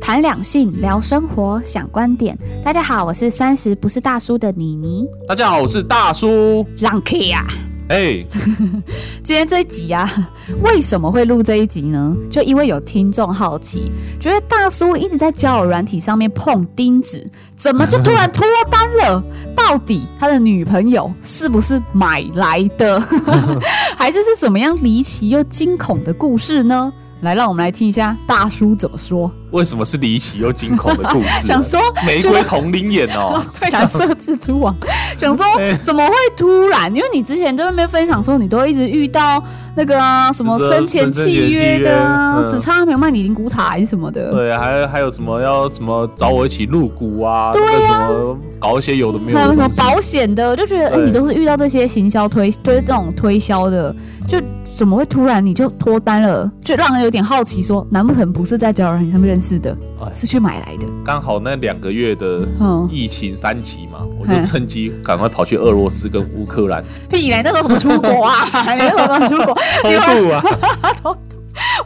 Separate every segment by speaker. Speaker 1: 谈两性，聊生活，想观点。大家好，我是三十不是大叔的妮妮
Speaker 2: 大家好，我是大叔。
Speaker 1: 浪 K 呀。
Speaker 2: 哎、
Speaker 1: 今天这一集啊，为什么会录这一集呢？就因为有听众好奇，觉得大叔一直在交友软体上面碰钉子，怎么就突然脱单了？到底他的女朋友是不是买来的，还是是怎么样离奇又惊恐的故事呢？来，让我们来听一下大叔怎么说。
Speaker 2: 为什么是离奇又惊恐的故事？
Speaker 1: 想说
Speaker 2: 玫
Speaker 1: 觉
Speaker 2: 瑰
Speaker 1: 得
Speaker 2: 同龄眼 哦，
Speaker 1: 突然设置出网， 想说怎么会突然？因为你之前在外面分享说，你都一直遇到那个啊、什么
Speaker 2: 就是
Speaker 1: 生前契约的啊，
Speaker 2: 生前契约
Speaker 1: 只
Speaker 2: 嗯
Speaker 1: 差没有卖你灵骨塔还是什么的。
Speaker 2: 对，还还有什么要什么找我一起入股啊？
Speaker 1: 对
Speaker 2: 那个什么搞一些有的没有
Speaker 1: 还有
Speaker 2: 的
Speaker 1: 什么
Speaker 2: 东西。
Speaker 1: 保险的，就觉得哎、
Speaker 2: 对
Speaker 1: 你都是遇到这些行销推推这种推销的，
Speaker 2: 嗯
Speaker 1: 就怎么会突然你就脱单了？就让人有点好奇说难不成不是在交友软件上面认识的
Speaker 2: 哎，
Speaker 1: 是去买来的？
Speaker 2: 刚好那两个月的
Speaker 1: 嗯，
Speaker 2: 疫情三级嘛，我
Speaker 1: 嘿
Speaker 2: 就趁机赶快跑去俄罗斯跟乌 克兰
Speaker 1: 屁嘞，那时候怎么出国啊？ 你那时候怎么出国？
Speaker 2: 偷渡 啊！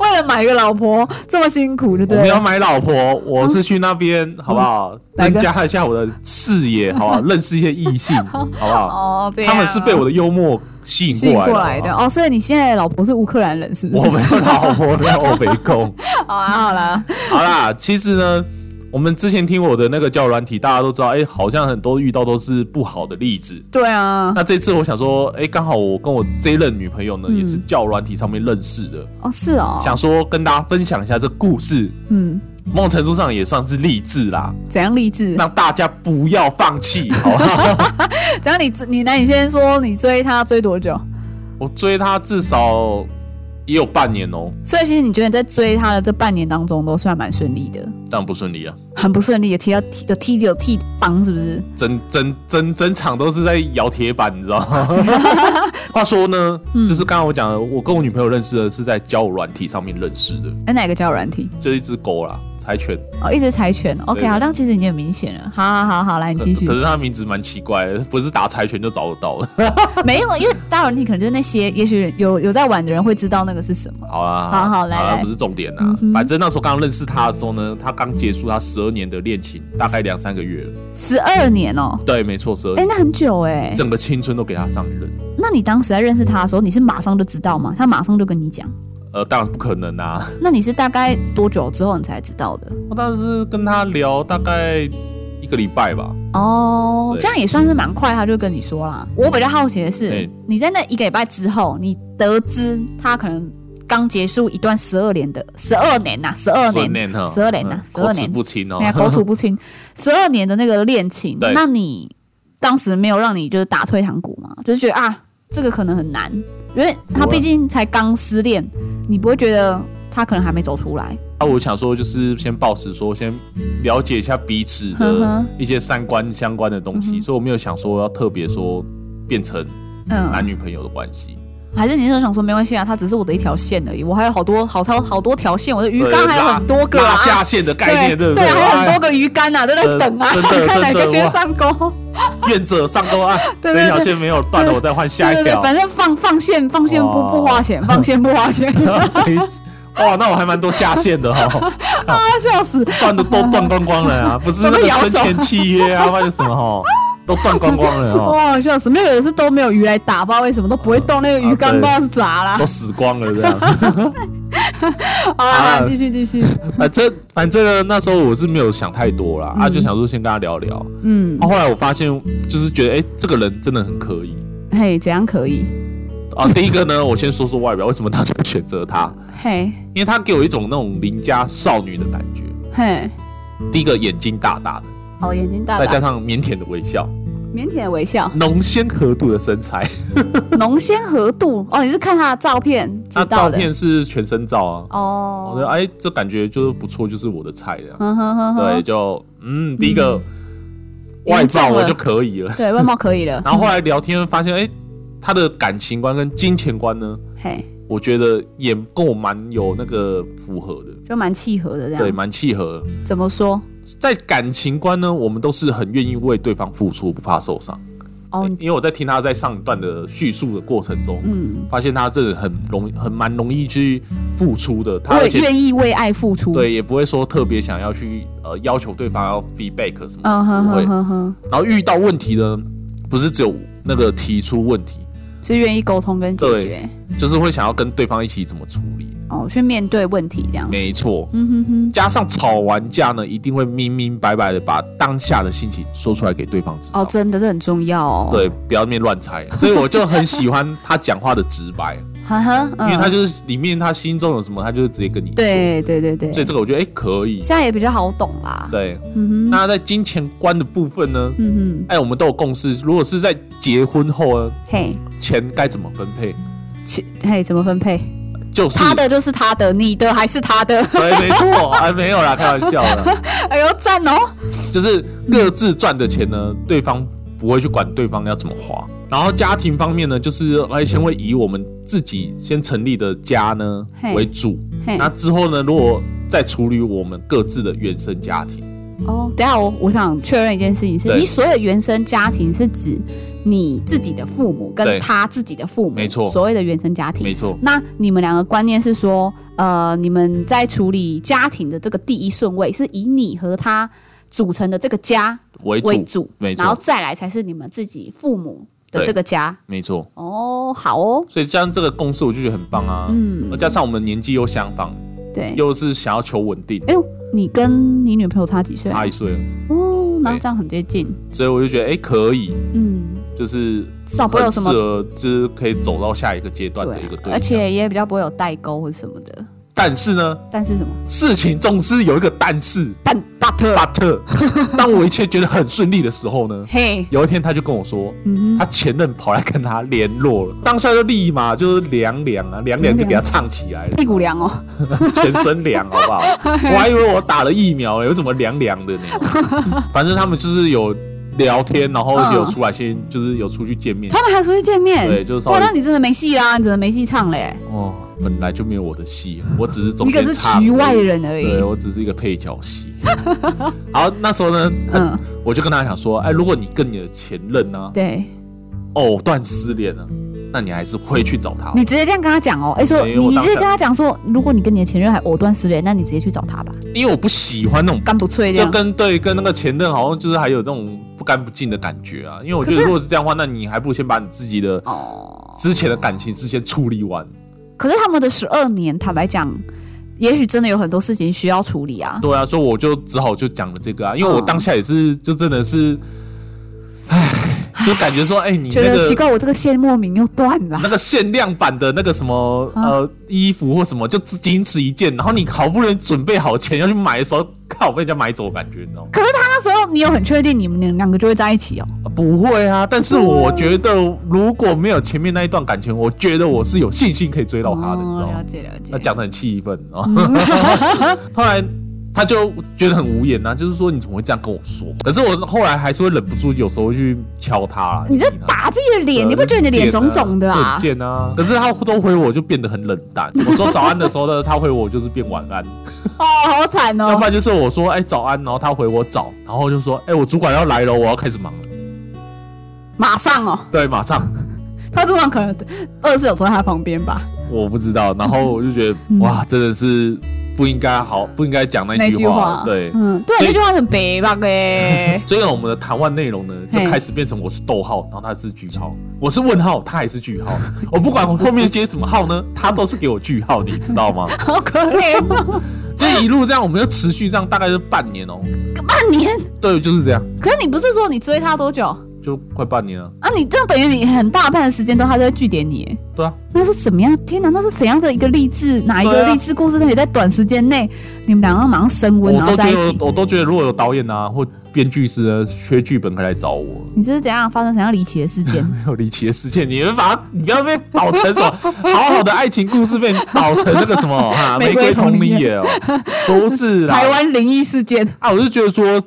Speaker 1: 为了买个老婆这么辛苦，对不
Speaker 2: 我
Speaker 1: 对？
Speaker 2: 没有买老婆，我是去那边好不好？
Speaker 1: 嗯哪
Speaker 2: 增
Speaker 1: 个
Speaker 2: 加一下我的视野，好不好？认识一些异 性，好不好？
Speaker 1: 哦，这样
Speaker 2: 啊他们是被我的幽默吸引
Speaker 1: 吸引
Speaker 2: 过来
Speaker 1: 过
Speaker 2: 的
Speaker 1: 来的
Speaker 2: 好不好
Speaker 1: 哦，所以你现在的老婆是乌克兰人，是不
Speaker 2: 我
Speaker 1: 是？
Speaker 2: 没有老婆，没有北共。
Speaker 1: 好啦好啦，
Speaker 2: 好啦，其实呢，我们之前听我的那个教软体，大家都知道，哎、好像很多遇到都是不好的例子。
Speaker 1: 对啊，
Speaker 2: 那这次我想说，哎、刚好我跟我这一任女朋友呢，
Speaker 1: 嗯
Speaker 2: 也是教软体上面认识的，
Speaker 1: 哦是哦，
Speaker 2: 想说跟大家分享一下这故事，
Speaker 1: 嗯，
Speaker 2: 某种程度上也算是励志啦，
Speaker 1: 怎样励志？
Speaker 2: 让大家不要放弃，好不 好？
Speaker 1: 怎样你你那你先说，你追他追多久？
Speaker 2: 我追她至少也有半年哦、
Speaker 1: 所以其实你觉得在追他的这半年当中都算蛮顺利的，
Speaker 2: 但不顺利啊，
Speaker 1: 很不顺利，有踢到踢有踢有踢帮是不是？
Speaker 2: 整整整整场都是在摇铁板，你知道 吗？话说呢，
Speaker 1: 嗯
Speaker 2: 就是刚刚我讲的，我跟我女朋友认识的是在交友软体上面认识的，
Speaker 1: 哎，哪个交友软体？
Speaker 2: 就是一只狗啦，柴犬。
Speaker 1: 哦，一直柴犬。OK，
Speaker 2: 对
Speaker 1: 好，但其实已经很明显了。好好好好，来你继续
Speaker 2: 可。是它名字蛮奇怪的，不是打柴犬就找得到 了。
Speaker 1: 没有，因为交友软体可能就是那些，也许有有在玩的人会知道那个是什么。
Speaker 2: 好啦，
Speaker 1: 好好来
Speaker 2: 啦
Speaker 1: 来
Speaker 2: 不是重点
Speaker 1: 嗯
Speaker 2: 啦。
Speaker 1: 哼
Speaker 2: 反正那时候刚认识她的时候呢，她刚结束她十二年的恋情，大概两三个月了。
Speaker 1: 十二年哦，
Speaker 2: 对，没错，十二
Speaker 1: 哎，
Speaker 2: 年，
Speaker 1: 那很久哎。
Speaker 2: 整个青春都给她上任。
Speaker 1: 那你当时在认识他的时候，你是马上就知道吗？他马上就跟你讲？
Speaker 2: 呃，当然不可能啊。
Speaker 1: 那你是大概多久之后你才知道的？
Speaker 2: 我当时跟她聊大概一个礼拜吧。
Speaker 1: 哦，
Speaker 2: 对
Speaker 1: 这样也算是蛮快，他就跟你说啦。我比较好奇的是，
Speaker 2: 哎
Speaker 1: 你在那一个礼拜之后，你得知他可能刚结束一段十二年的十二年呐、十二
Speaker 2: 十
Speaker 1: 年，
Speaker 2: 年哈，
Speaker 1: 12年啊
Speaker 2: 嗯口
Speaker 1: 12
Speaker 2: 齿
Speaker 1: 年
Speaker 2: 不清哦
Speaker 1: 哎。呀，口齿不清，十二年的那个恋情，
Speaker 2: 对
Speaker 1: 那你当时没有让你就是打退堂鼓吗？就是觉得啊，这个可能很难，因为他
Speaker 2: 不会
Speaker 1: 毕竟才刚失恋，你不会觉得他可能还没走出来。
Speaker 2: 啊，我想说，就是先保持说，先了解一下彼此
Speaker 1: 呵
Speaker 2: 的
Speaker 1: 呵
Speaker 2: 一些三观相关的东
Speaker 1: 嗯
Speaker 2: 西，
Speaker 1: 哼
Speaker 2: 所以我没有想说要特别说变成
Speaker 1: 嗯，
Speaker 2: 男女朋友的关系。
Speaker 1: 还是你那时候想说没关系啊，它只是我的一条线而已，我还有好多好超好多条线，我的鱼
Speaker 2: 对
Speaker 1: 竿还有很多个
Speaker 2: 拉
Speaker 1: 啊，
Speaker 2: 下线的概念，
Speaker 1: 对
Speaker 2: 对不对？
Speaker 1: 还有很多
Speaker 2: 哎
Speaker 1: 个鱼竿啊，都在
Speaker 2: 呃
Speaker 1: 等啊，
Speaker 2: 真的
Speaker 1: 看哪
Speaker 2: 真
Speaker 1: 个
Speaker 2: 的
Speaker 1: 先
Speaker 2: 哇
Speaker 1: 上钩。
Speaker 2: 愿者上钩啊，
Speaker 1: 对
Speaker 2: 这
Speaker 1: 对
Speaker 2: 条
Speaker 1: 对
Speaker 2: 线没有断了，
Speaker 1: 对
Speaker 2: 我再换下
Speaker 1: 对对
Speaker 2: 一
Speaker 1: 对，
Speaker 2: 条。
Speaker 1: 反正放放线放线不
Speaker 2: 哇
Speaker 1: 不花钱，放线不花 钱，
Speaker 2: 哇，那我还蛮多下线的哦，
Speaker 1: 啊笑死！
Speaker 2: 断的都断光光了啊，不是那
Speaker 1: 我被
Speaker 2: 个
Speaker 1: 咬
Speaker 2: 生
Speaker 1: 走
Speaker 2: 前契约啊，那个什么哈，都断光光了哦，
Speaker 1: 哇笑死！没有有的是都没有鱼来打，不知道为什么都不会动那个鱼竿，不
Speaker 2: 啊
Speaker 1: 知
Speaker 2: 对
Speaker 1: 道是咋啦
Speaker 2: 都。死光了这样。
Speaker 1: 好啦，
Speaker 2: 啊
Speaker 1: 好继续继续，
Speaker 2: 反正啊反正呢，那时候我是没有想太多啦，啊，
Speaker 1: 嗯
Speaker 2: 就想说先跟他聊聊。
Speaker 1: 嗯
Speaker 2: 啊，，后来我发现，就是觉得，哎、这个人真的很可以
Speaker 1: 嘿，怎样可以？
Speaker 2: 啊。第一个呢，我先说说外表，为什么当初选择他？
Speaker 1: 嘿
Speaker 2: 因为他给我一种那种邻家少女的感觉。
Speaker 1: 嘿，
Speaker 2: 第一个眼睛大大的，
Speaker 1: 哦，眼睛大
Speaker 2: 再加
Speaker 1: 大，
Speaker 2: 上腼腆的微笑，
Speaker 1: 腼腆的微笑。
Speaker 2: 浓鲜合度的身材。
Speaker 1: 浓鲜合度哦，你是看他的照片 知
Speaker 2: 那
Speaker 1: 道
Speaker 2: 啊照
Speaker 1: 的
Speaker 2: 片是全身照啊。我觉得，
Speaker 1: 哦。
Speaker 2: 哎、这感觉就是不错，就是我的菜这样。
Speaker 1: 哼哼哼
Speaker 2: 对，
Speaker 1: 哼，
Speaker 2: 就嗯，第一个、
Speaker 1: 嗯
Speaker 2: 外
Speaker 1: 严
Speaker 2: 貌
Speaker 1: 重了
Speaker 2: 我就 可以了。
Speaker 1: 对，外貌可以了。
Speaker 2: 然后后来聊天发现，哎、他的感情观跟金钱观呢，
Speaker 1: 嘿，
Speaker 2: 我觉得也跟我蛮有那个符合的，
Speaker 1: 就蛮契合的这
Speaker 2: 对，
Speaker 1: 样。
Speaker 2: 蛮契合的。
Speaker 1: 怎么说？
Speaker 2: 在感情观呢，我们都是很愿意为对方付出，不怕受伤。
Speaker 1: 哦，
Speaker 2: 因为我在听他在上一段的叙述的过程中，
Speaker 1: 嗯，
Speaker 2: 发现他这很容很蛮容易去付出的，他而
Speaker 1: 为
Speaker 2: 且
Speaker 1: 愿意为爱付出，，
Speaker 2: 对也不会说特别想要去呃要求对方要 feedback 什么
Speaker 1: 嗯
Speaker 2: 的，
Speaker 1: 哼
Speaker 2: 不会
Speaker 1: 哼。哼哼，
Speaker 2: 然后遇到问题呢，不是只有那个提出问题，
Speaker 1: 是愿意沟通跟解
Speaker 2: 对
Speaker 1: 决，
Speaker 2: 就是会想要跟对方一起怎么处理。
Speaker 1: 哦，去面对问题这样子，
Speaker 2: 没错，
Speaker 1: 嗯哼哼，
Speaker 2: 加上吵完架呢，一定会明明白白的把当下的心情说出来给对方知道。
Speaker 1: 哦，真的这很重要哦，，
Speaker 2: 对，不要面 乱猜。所以我就很喜欢他讲话的直白，
Speaker 1: 哈哈，
Speaker 2: 因为他
Speaker 1: 嗯，
Speaker 2: 就是里面他心中有什么，他就是直接跟你说。
Speaker 1: 对对对对，
Speaker 2: 所以这个我觉得哎、可以。
Speaker 1: 这样也比较好懂啦，
Speaker 2: 对，
Speaker 1: 嗯哼，
Speaker 2: 那在金钱观的部分呢？
Speaker 1: 嗯
Speaker 2: 哎，我们都有共识，如果是在结婚后呢，
Speaker 1: 哼，嘿，
Speaker 2: 钱该怎么分配？
Speaker 1: 其嘿怎么分配？
Speaker 2: 就是
Speaker 1: 他的就是他的，你的还是他的，
Speaker 2: 对，没错，哎，没有啦，开玩笑啦，
Speaker 1: 哎呦赞哦，
Speaker 2: 就是各自赚的钱呢，对方不会去管对方要怎么花。然后家庭方面呢，就是哎，先会以我们自己先成立的家呢
Speaker 1: 嘿
Speaker 2: 为主，
Speaker 1: 嘿
Speaker 2: 那，之后呢，如果再处理我们各自的原生家庭，
Speaker 1: 哦，等一下我我想确认一件事情是，
Speaker 2: 对
Speaker 1: 你所有原生家庭是指你自己的父母跟
Speaker 2: 对
Speaker 1: 他自己的父母，
Speaker 2: 没错
Speaker 1: 所谓的原生家庭
Speaker 2: 没。错，
Speaker 1: 那你们两个观念是说，呃，你们在处理家庭的这个第一顺位是以你和他组成的这个家
Speaker 2: 为
Speaker 1: 嗯为
Speaker 2: 主，
Speaker 1: 主，
Speaker 2: 没错
Speaker 1: 然后再来才是你们自己父母的
Speaker 2: 对
Speaker 1: 这个家。
Speaker 2: 没错。
Speaker 1: 哦，好哦，
Speaker 2: 所以像这个公式，我就觉得很棒啊。
Speaker 1: 嗯
Speaker 2: 嗯，加上我们年纪又相仿，
Speaker 1: 对。
Speaker 2: 又是想要求稳定，
Speaker 1: 哎呦，你跟你女朋友差几岁？
Speaker 2: 差一岁，
Speaker 1: 哦，那这样很接近。
Speaker 2: 所以我就觉得哎、可以，
Speaker 1: 嗯，
Speaker 2: 就是
Speaker 1: 至哦少不会有
Speaker 2: 很
Speaker 1: 什
Speaker 2: 适
Speaker 1: 么
Speaker 2: 合，就是可以走到下一个阶段的
Speaker 1: 对
Speaker 2: 一个
Speaker 1: 啊
Speaker 2: 对象。
Speaker 1: 而且也比较不会有代沟或什么的。
Speaker 2: 但是呢，
Speaker 1: 但是什么？
Speaker 2: 事情总是有一个但是
Speaker 1: 但 but
Speaker 2: ，but 当我一切觉得很顺利的时候呢，
Speaker 1: 嘿，
Speaker 2: 有一天他就跟我说，
Speaker 1: 嗯
Speaker 2: 他前任跑来跟他联络了，当下就立马就是凉凉啊，凉凉就给他唱起来
Speaker 1: 哼，
Speaker 2: 了，
Speaker 1: 屁股凉哦。
Speaker 2: 全身凉，好 不好？我还以为我打了疫苗、有什么凉凉的呢？ 反正他们就是有聊天，然后有出来先就是有出去见面，
Speaker 1: 他们还出去见面，
Speaker 2: 对就是稍微
Speaker 1: 哇，那你真的没戏啦，你真的没戏唱嘞，
Speaker 2: 哦，本来就没有我的戏，我只是中
Speaker 1: 你可
Speaker 2: 间
Speaker 1: 是
Speaker 2: 插
Speaker 1: 局外人而已。
Speaker 2: 对我只是一个配角戏。好，那时候呢，
Speaker 1: 嗯，
Speaker 2: 我就跟他讲说，哎，如果你跟你的前任呢、
Speaker 1: 对，
Speaker 2: 藕断丝连呢、那你还是会去找他。
Speaker 1: 你直接这样跟他讲哦，哎、说
Speaker 2: 没
Speaker 1: 你
Speaker 2: 有我
Speaker 1: 你直
Speaker 2: 当
Speaker 1: 接
Speaker 2: 下
Speaker 1: 跟他讲说，如果你跟你的前任还藕断丝连，那你直接去找他吧，
Speaker 2: 因为我不喜欢那种，
Speaker 1: 干不脆这
Speaker 2: 就
Speaker 1: 样。
Speaker 2: 跟对跟那个前任好像就是还有那种不干不净的感觉啊。因为我觉
Speaker 1: 可是
Speaker 2: 得如果是这样的话，那你还不如先把你自己的
Speaker 1: 哦，
Speaker 2: 之前的感情事先处理完。
Speaker 1: 可是他们的十二年，坦白讲，也许真的有很多事情需要处理啊。
Speaker 2: 对啊，所以我就只好就讲了这个啊，因为我
Speaker 1: 嗯
Speaker 2: 当下也是就真的是，唉，就感觉说，哎，你
Speaker 1: 觉
Speaker 2: 那
Speaker 1: 得奇
Speaker 2: 个。
Speaker 1: 怪，我这个线莫名又断了
Speaker 2: 那。个限量版的那个什么
Speaker 1: 啊
Speaker 2: 呃衣服或什么，就只仅此一件，然后你好不容易准备好钱要去买的时候，靠被人家买走，感觉你知道吗？
Speaker 1: 可是他那时候，你有很确定你们两个就会在一起哦？
Speaker 2: 啊不会啊，但是我觉得如果没有前面那一段感情，我觉得我是有信心可以追到他的，你
Speaker 1: 哦
Speaker 2: 知道
Speaker 1: 了
Speaker 2: 吗？
Speaker 1: 解了解。
Speaker 2: 他讲的很气愤啊，后来他就觉得很无言呐、啊，就是说你怎么会这样跟我说？可是我后来还是会忍不住，有时候会去敲他啊啦。
Speaker 1: 你这
Speaker 2: 就听他
Speaker 1: 打自己的 脸，你不觉得你的脸肿肿的啊
Speaker 2: 很？贱啊！可是他都回我就变得很冷淡。我说早安的时候呢，他回我就是变晚安；
Speaker 1: 哦，好惨
Speaker 2: 要不
Speaker 1: 哦！
Speaker 2: 然就是我说哎、早安，然后他回我早，然后就说哎、我主管要来了，我要开始忙了。
Speaker 1: 马上哦，
Speaker 2: 对，马上
Speaker 1: 他这晚可能二十九坐在他旁边吧。
Speaker 2: 我不知道，然后我就觉得、
Speaker 1: 嗯
Speaker 2: 哇，真的是不应该好，不应该讲那
Speaker 1: 那
Speaker 2: 句
Speaker 1: 句
Speaker 2: 话
Speaker 1: 话，。
Speaker 2: 对，
Speaker 1: 嗯，对，
Speaker 2: 所以。
Speaker 1: 那句话很北吧哎
Speaker 2: 所以呢我们的谈话内容呢，就
Speaker 1: 嘿
Speaker 2: 开始变成我是逗号，然后他是句号，我是问号，他也是句号。我不管后面接什么号呢，他都是给我句号，你知道吗？
Speaker 1: 好可怜哦，
Speaker 2: 就一路这样，我们就持续这样，大概是半年哦。
Speaker 1: 半年。
Speaker 2: 对，就是这样，
Speaker 1: 可是你不是说你追他多久
Speaker 2: 就快半年了。
Speaker 1: 啊？你这样等于你很大半的时间都他都在据点你耶，
Speaker 2: 对啊，
Speaker 1: 那是怎么样？天哪，那是怎样的一个励志？哪一
Speaker 2: 对
Speaker 1: 个
Speaker 2: 啊
Speaker 1: 励志故事？可以在短时间内你们两个马上升温，
Speaker 2: 我
Speaker 1: 然后
Speaker 2: 都
Speaker 1: 在
Speaker 2: 觉
Speaker 1: 一
Speaker 2: 得
Speaker 1: 起？
Speaker 2: 我都觉得，如果有导演啊或编剧师呢，缺剧本可以来 找我。
Speaker 1: 你这是怎样发生怎样离奇的事件？
Speaker 2: 没有离奇的事件，你们把它，你不要被导成什么好好的爱情故事被导成那个什 么哈
Speaker 1: 玫
Speaker 2: 玫
Speaker 1: 瑰
Speaker 2: 瑰
Speaker 1: 同
Speaker 2: 同
Speaker 1: 林
Speaker 2: 林野哦，不是啦，
Speaker 1: 台湾灵异事件。
Speaker 2: 啊，我就觉得说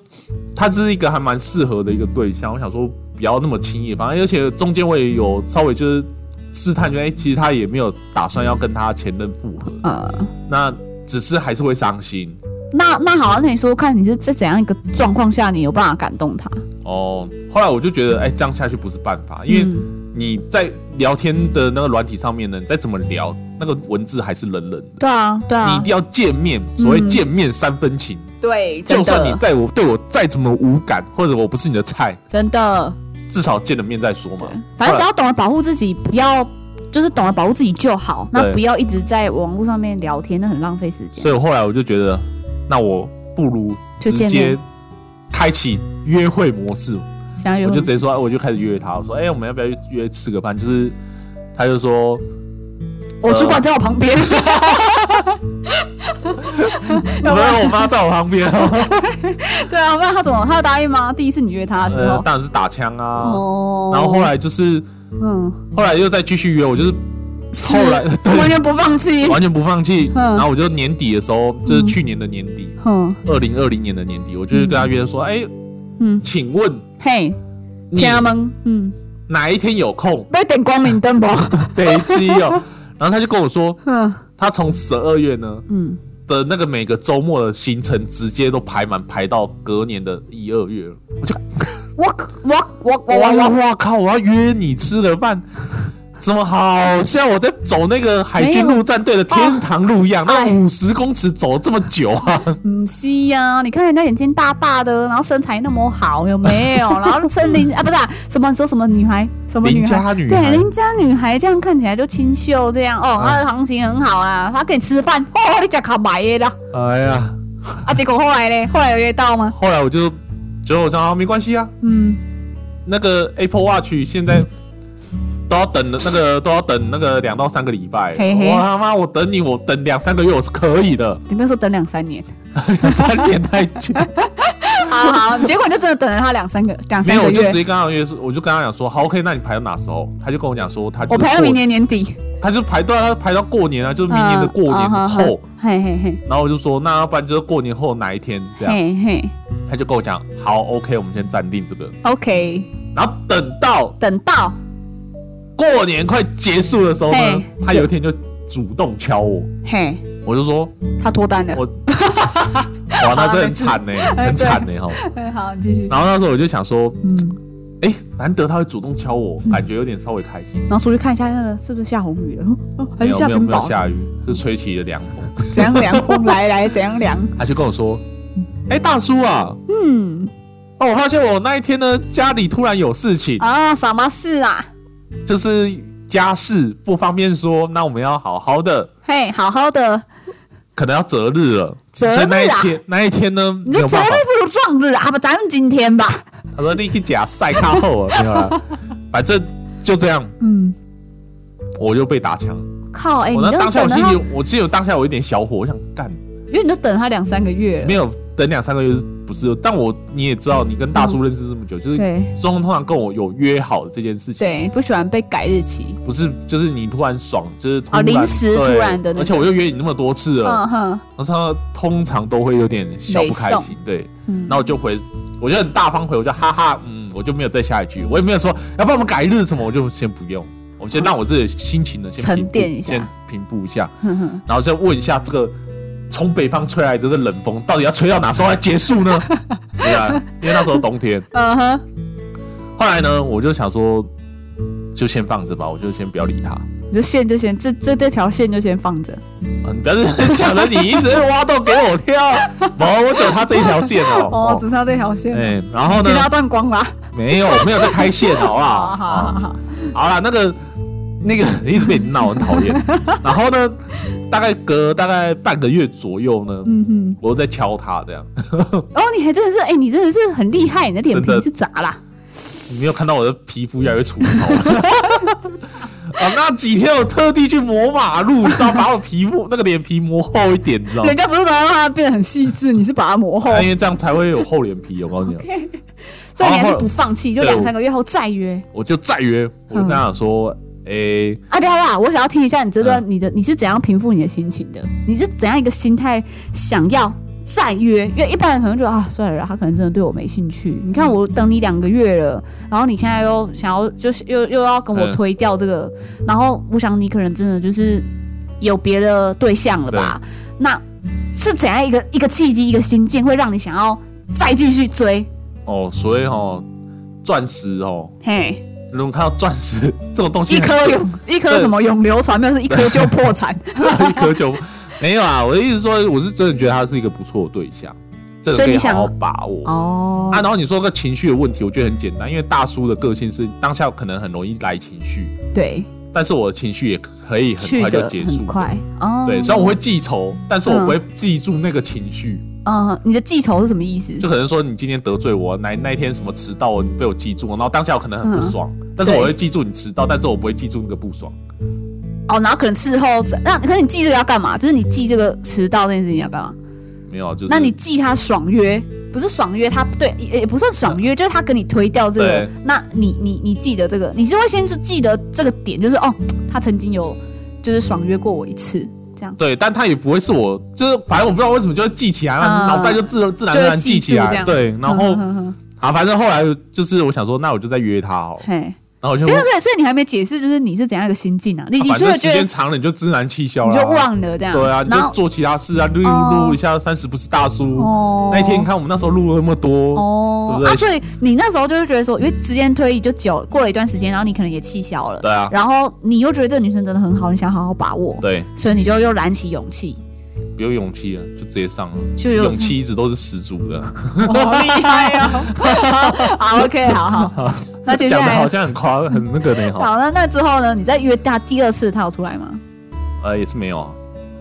Speaker 2: 他这是一个还蛮适合的一个对象，我想说不要那么轻易，反正而且中间我也有稍微就是试探，就哎、其实他也没有打算要跟他前任复合，
Speaker 1: 呃，
Speaker 2: 那只是还是会伤心，
Speaker 1: 那那好，那你说看你是在怎样一个状况下，你有办法感动他？
Speaker 2: 哦，后来我就觉得，哎、这样下去不是办法，因为
Speaker 1: 嗯、
Speaker 2: 你在聊天的那个软体上面呢，你再怎么聊，那个文字还是冷冷的。
Speaker 1: 对啊，对
Speaker 2: 你一
Speaker 1: 啊
Speaker 2: 定，要见面，所谓
Speaker 1: 嗯
Speaker 2: 见面三分情。
Speaker 1: 对，真
Speaker 2: 就算你
Speaker 1: 的，
Speaker 2: 在我对我再怎么无感，或者我不是你的菜，
Speaker 1: 真的，
Speaker 2: 至少见了面再说嘛。
Speaker 1: 反正只
Speaker 2: 后来
Speaker 1: 要懂得保护自己，不要就是懂得保护自己就好，那
Speaker 2: 对
Speaker 1: 不要一直在网络上面聊天，那很浪费时间。
Speaker 2: 所以我后来我就觉得，那我不如直
Speaker 1: 就见
Speaker 2: 接
Speaker 1: 面
Speaker 2: 开启约会模式，
Speaker 1: 想要
Speaker 2: 我
Speaker 1: 约
Speaker 2: 就
Speaker 1: 会
Speaker 2: 直接说，哎我就开始约他，我说，哎、我们要不要约吃个饭？就是他就说，
Speaker 1: 我主
Speaker 2: 呃
Speaker 1: 管在我旁边，
Speaker 2: 没有， 我妈在我旁边 哦。
Speaker 1: 对啊，不然他怎么他有答应吗？第一次你约他之
Speaker 2: 呃，
Speaker 1: 后，
Speaker 2: 当然是打枪啊。
Speaker 1: 哦，
Speaker 2: 然后后来就是，
Speaker 1: 嗯，
Speaker 2: 后来又再继续约，我就是后 来
Speaker 1: 完
Speaker 2: 对
Speaker 1: 全不放弃，
Speaker 2: 完全不放弃。
Speaker 1: 嗯
Speaker 2: 然后我就年底的时候，就是去年的年底，
Speaker 1: 嗯
Speaker 2: 二零二零年的年底，我就是跟他约说，哎，
Speaker 1: 嗯，
Speaker 2: 请问
Speaker 1: 嘿，
Speaker 2: 你
Speaker 1: 天安门，嗯，
Speaker 2: 哪一天有空？
Speaker 1: 被点光明灯不？
Speaker 2: 飞机哦。然后他就跟我说，
Speaker 1: 嗯
Speaker 2: 他从十二月呢
Speaker 1: 嗯，
Speaker 2: 的那个每个周末的行程直接都排满，排到隔年的一二月了。
Speaker 1: 我我我我
Speaker 2: 我哇
Speaker 1: 我
Speaker 2: 哇靠！我要约你吃个饭， 怎么好像我在走那个海军陆战队的天堂路一样？
Speaker 1: 没有哎
Speaker 2: 那五十公尺走了这么久啊？
Speaker 1: 嗯，是呀、你看人家眼睛大大的，然后身材那么好，有没 有？然后森林啊，不是、啊、什么你说什么女孩，什么女
Speaker 2: 邻
Speaker 1: 孩？
Speaker 2: 家女
Speaker 1: 对，
Speaker 2: 孩，
Speaker 1: 邻家女孩这样看起来就清秀，这样哦，她的行情很好啊，她给你吃饭，哦，你讲卡白的啦，
Speaker 2: 哎呀！
Speaker 1: 啊，结果后来呢？后来有约到吗？
Speaker 2: 后来我就觉得我说啊，没关系啊，
Speaker 1: 嗯，
Speaker 2: 那个 Apple Watch 现在都要等的那个都要等那个两到三个礼拜。
Speaker 1: 嘿嘿
Speaker 2: 我他妈我等你，我等两三个月我是可以 的，
Speaker 1: 你不要说等两三年，
Speaker 2: 三年太久。
Speaker 1: 好好，结果你就真的等了她两三个两
Speaker 2: 没
Speaker 1: 三
Speaker 2: 有，
Speaker 1: 个
Speaker 2: 我就直
Speaker 1: 月，
Speaker 2: 接跟他约，我就跟他讲说，好，OK，那你排到哪时候？他就跟我讲说，他就
Speaker 1: 我
Speaker 2: 是
Speaker 1: 排到
Speaker 2: 过
Speaker 1: 明，年年底，
Speaker 2: 他就排到他排到过年啊，就是明年的过年
Speaker 1: 嗯
Speaker 2: 后。，
Speaker 1: 嘿嘿嘿，
Speaker 2: 然后我就说，那要不然就是过年后哪一天这样？
Speaker 1: 嘿嘿
Speaker 2: 他就跟我讲，好，OK，我们先暂定这个。
Speaker 1: ，OK，
Speaker 2: 然后等到
Speaker 1: 等到
Speaker 2: 过年快结束的时候呢
Speaker 1: 嘿，
Speaker 2: 他有一天就主动敲我，
Speaker 1: 嘿，
Speaker 2: 我就说，
Speaker 1: 她脱单了，
Speaker 2: 我 哇，那真的很惨呢、
Speaker 1: 哎
Speaker 2: 很惨呢、哈。
Speaker 1: 嗯，好，继续，
Speaker 2: 然后那时候我就想说，
Speaker 1: 嗯。
Speaker 2: 哎、难得他会主动敲我，感觉有点稍微开心。
Speaker 1: 然后出去看一下，呃是不是下红雨了？哦，还是
Speaker 2: 没有
Speaker 1: 下
Speaker 2: 没有
Speaker 1: 冰
Speaker 2: 没有
Speaker 1: 雹？
Speaker 2: 下雨，是吹起了凉风。
Speaker 1: 怎样凉风来来？怎样 凉？
Speaker 2: 他就跟我说，哎、大叔啊，
Speaker 1: 嗯
Speaker 2: 哦，我发现我那一天呢，家里突然有事情，
Speaker 1: 啊，什么事啊？
Speaker 2: 就是家事不方便说，那我们要好好的，
Speaker 1: 嘿，好好的，
Speaker 2: 可能要择日了。
Speaker 1: 择日啊
Speaker 2: 所以那一天那一天呢，
Speaker 1: 你
Speaker 2: 没
Speaker 1: 就
Speaker 2: 有
Speaker 1: 择
Speaker 2: 办法。
Speaker 1: 日不如撞日啊！不，咱们今天吧。
Speaker 2: 他说你去假赛卡后啊，没有 了，反正就这样，
Speaker 1: 嗯，
Speaker 2: 我就被打枪。
Speaker 1: 靠，哎、
Speaker 2: 我
Speaker 1: 你
Speaker 2: 那
Speaker 1: 就
Speaker 2: 当下
Speaker 1: 等
Speaker 2: 我
Speaker 1: 了
Speaker 2: 心
Speaker 1: 他，
Speaker 2: 里，我记得当下我有点小火，我想干，
Speaker 1: 因为你就等他两三个月了
Speaker 2: 没。有等两三个月是不是？但我你也知道，你跟大叔认识这么久，就是
Speaker 1: 对
Speaker 2: 中通常跟我有约好这件事情，
Speaker 1: 嗯对，不喜欢被改日期。
Speaker 2: 不是就是你突然爽，就是突然、
Speaker 1: 哦临时
Speaker 2: 对
Speaker 1: 突然的那种
Speaker 2: 而且我又约你那么多次了，
Speaker 1: 嗯哼，
Speaker 2: 然后他通常都会有点小不开心，对，
Speaker 1: 嗯
Speaker 2: 然后我就回，我就很大方回，我就哈哈，嗯，我就没有再下一句，我也没有说要不然我们改日什么，我就先不用。我先让我自己的心情呢，先
Speaker 1: 沉
Speaker 2: 平复
Speaker 1: 淀一下
Speaker 2: 先平复一下，
Speaker 1: 嗯哼哼，
Speaker 2: 然后再问一下这个从北方吹来的这个冷风，到底要吹到哪时候才结束呢？ 对啊，因为那时候冬天。
Speaker 1: 嗯哼，
Speaker 2: 后来呢，我就想说，就先放着吧，我就先不要理 他。
Speaker 1: 你就线就先这这这条线就先放着。
Speaker 2: 啊，你不要是讲的你一直在挖洞给我跳， 没，我走他这一条线哦。
Speaker 1: 哦，只剩下这条线了，
Speaker 2: 哎、然后呢
Speaker 1: 其？他断光啦。
Speaker 2: 没有，没有在开线，好不好？
Speaker 1: 好好好好，
Speaker 2: 好啦，那个那个 一直被你闹，很 讨厌。然后呢，大概隔大概半个月左右呢，
Speaker 1: 嗯哼。
Speaker 2: 我又在敲他，这样
Speaker 1: 哦，你还真的是，哎、你真的是很厉害，你的脸皮
Speaker 2: 真的
Speaker 1: 是咋啦？
Speaker 2: 你没有看到我的皮肤越来越粗糙吗？ 啊，那几天我特地去磨马路，你 知道，把我皮肤那个脸皮磨厚一点，你知道吗
Speaker 1: 人？家不是说让它变得很细致，你是把它磨厚。
Speaker 2: 因为这样才会有厚脸 皮。我告诉你，
Speaker 1: OK，所以你还是不放弃，就
Speaker 2: 对
Speaker 1: 两三个月后再约。
Speaker 2: 我就再约，我就跟他讲说，哎诶、
Speaker 1: 啊，对啊，我想要听一下你这段，你的你是怎样平复你的心情的？你是怎样一个心态想要再约？因为一般人可能觉得啊，算了啦，他可能真的对我没兴趣。你看我等你两个月了，然后你现在又想要就是又又要跟我
Speaker 2: 嗯
Speaker 1: 推掉这个，然后我想你可能真的就是有别的对象了吧？那是怎样一个一个契机，一个心境，会让你想要再继续追？
Speaker 2: 哦，所以哦，钻石哦，
Speaker 1: 嘿，
Speaker 2: 如果看到钻石这种东西，
Speaker 1: 一颗永一颗什么永流传，那是一颗就破产，
Speaker 2: 一颗就没有啊。我的意思说，我是真的觉得他是一个不错的对象，真的
Speaker 1: 所以
Speaker 2: 可
Speaker 1: 你
Speaker 2: 以
Speaker 1: 想
Speaker 2: 好好把握。
Speaker 1: 哦
Speaker 2: 啊，，然后你说个情绪的问题，我觉得很简单，因为大叔的个性是当下可能很容易来情绪，
Speaker 1: 对，
Speaker 2: 但是我的情绪也可以很
Speaker 1: 去
Speaker 2: 快就
Speaker 1: 的
Speaker 2: 结束
Speaker 1: 很。快哦。
Speaker 2: 对，虽然我会记仇，但是我
Speaker 1: 嗯
Speaker 2: 不会记住那个情绪。
Speaker 1: 嗯，你的记仇是什么意思？
Speaker 2: 就可能说你今天得罪我，哪那一天什么迟到，你被我记住，然后当下我可能很不爽，
Speaker 1: 嗯
Speaker 2: 但是我会记住你迟到，但是我不会记住那个不爽。
Speaker 1: 哦，然后可能事后再，那可是你记这个要干嘛？就是你记这个迟到这件事情要干嘛？
Speaker 2: 没有，啊就是
Speaker 1: 那你记他爽约，不是爽约他，对，也也不算爽约，就是他跟你推掉这个
Speaker 2: 对。
Speaker 1: 那你你你记得这个，你是会先是记得这个点，就是哦，他曾经有就是爽约过我一次，这样
Speaker 2: 对，但他也不会是我，就是反正我不知道为什么就会记起来，
Speaker 1: 嗯
Speaker 2: 脑袋就自自然
Speaker 1: 就
Speaker 2: 而
Speaker 1: 会
Speaker 2: 然
Speaker 1: 记
Speaker 2: 记
Speaker 1: 住
Speaker 2: 起
Speaker 1: 这
Speaker 2: 来。
Speaker 1: 样嗯
Speaker 2: 对，然后
Speaker 1: 哼哼哼
Speaker 2: 啊，反正后来就是我想说，那我就再约他好了，
Speaker 1: 嘿，
Speaker 2: 然后我就
Speaker 1: 对啊，所以所以你还没解释，就是你是怎样一个心境啊？你你
Speaker 2: 反
Speaker 1: 就
Speaker 2: 正
Speaker 1: 会
Speaker 2: 时
Speaker 1: 觉得
Speaker 2: 间长了你就自然气消
Speaker 1: 你
Speaker 2: 了，啊
Speaker 1: 就忘了这样，
Speaker 2: 对啊，你
Speaker 1: 然
Speaker 2: 就
Speaker 1: 后
Speaker 2: 做其他事啊，录一
Speaker 1: 哦
Speaker 2: 录一下三十不是大叔。
Speaker 1: 哦
Speaker 2: 那一天你看我们那时候录了那么多，
Speaker 1: 哦
Speaker 2: 对不对
Speaker 1: 啊，所以你那时候就会觉得说，因为时间推移就久，过了一段时间，然后你可能也气消了，
Speaker 2: 对啊，
Speaker 1: 然后你又觉得这个女生真的很好，你想好好把握，
Speaker 2: 对，
Speaker 1: 所以你就又燃起勇气，
Speaker 2: 不用勇气了，就直接上了。
Speaker 1: 就有
Speaker 2: 勇，气一直都是十足的，
Speaker 1: 好厉害哦！好，OK，好 好，那接下
Speaker 2: 讲的好
Speaker 1: 来。
Speaker 2: 像很夸很那个呢哈，
Speaker 1: 好，那那之后呢？你再约他第二次，他有出来吗？
Speaker 2: 呃也是没有啊，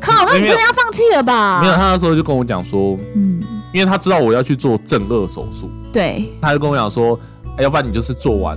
Speaker 1: 靠，那你
Speaker 2: 没有
Speaker 1: 真的要放弃了吧？
Speaker 2: 没有他那时候就跟我讲说，
Speaker 1: 嗯，
Speaker 2: 因为他知道我要去做正颚手术，
Speaker 1: 对。
Speaker 2: 他就跟我讲说，哎要不然你就是做完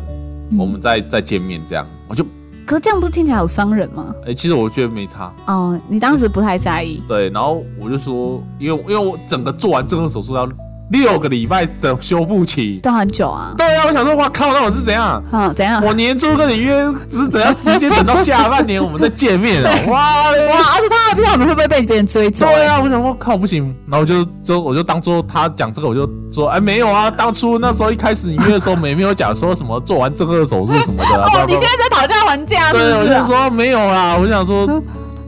Speaker 1: 嗯
Speaker 2: 我们再再见面这样，我就
Speaker 1: 可是这样不是听起来有伤人吗？
Speaker 2: 哎其实我觉得没差，
Speaker 1: 哦，你当时不太在意。
Speaker 2: 对，然后我就说，因为因为我整个做完正颚手术要六个礼拜整修复期，
Speaker 1: 都很久啊。
Speaker 2: 对啊，我想说，哇靠，那我是怎样？
Speaker 1: 嗯，怎样？
Speaker 2: 我年初跟你约是怎样，直接等到下半年我们再见面 啊？哇
Speaker 1: 哇，而且他还不知道我们会不会被别人追走。哎
Speaker 2: 对啊，我想说靠不行，然后我就就我就当做他讲这个，我就说哎没有啊，当初那时候一开始你约的时候，没没有讲说什么做完这个手术什么的、啊。
Speaker 1: 哦，
Speaker 2: blah blah blah
Speaker 1: 你现在在讨价还价是啊
Speaker 2: 对，我
Speaker 1: 不？
Speaker 2: 就是啊说没有啦，我想说。